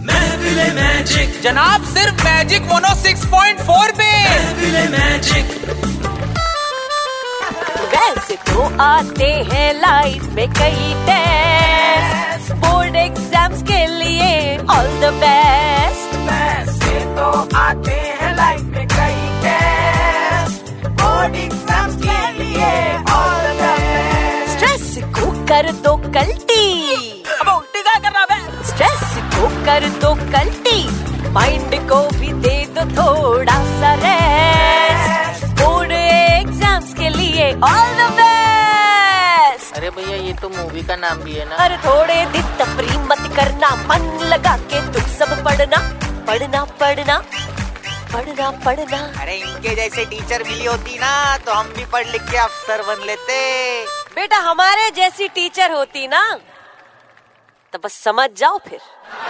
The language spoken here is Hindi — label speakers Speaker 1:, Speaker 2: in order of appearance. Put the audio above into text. Speaker 1: महफिल मैजिक
Speaker 2: जनाब सिर्फ मैजिक मोनो 6.4 पे
Speaker 1: महफिल मैजिक
Speaker 3: वैसे तो आते हैं लाइफ में कई टेस्ट बोर्ड एग्जाम्स के लिए ऑल द बेस्ट
Speaker 4: वैसे तो आते हैं लाइफ में कई टेस्ट बोर्ड एग्जाम के लिए ऑल द बेस्ट
Speaker 3: स्ट्रेस को कर दो कल्टी
Speaker 2: अब उल्टी क्या कर रहा बे
Speaker 3: स्ट्रेस को कर दो कल्टी माइंड को भी दे दो थोड़ा सा रेस्ट बोर्ड एग्जाम्स के लिए ऑल द बेस्ट
Speaker 5: अरे भैया ये तो मूवी का नाम भी है ना
Speaker 3: अरे थोड़े दिन तफरी मत करना मन लगा के तुम सब पढ़ना पढ़ना पढ़ना पढ़ना पढ़ना
Speaker 4: अरे इनके जैसे टीचर मिली होती ना तो हम भी पढ़ लिख के अफसर बन लेते
Speaker 3: बेटा हमारे जैसी टीचर होती ना तो बस समझ जाओ फिर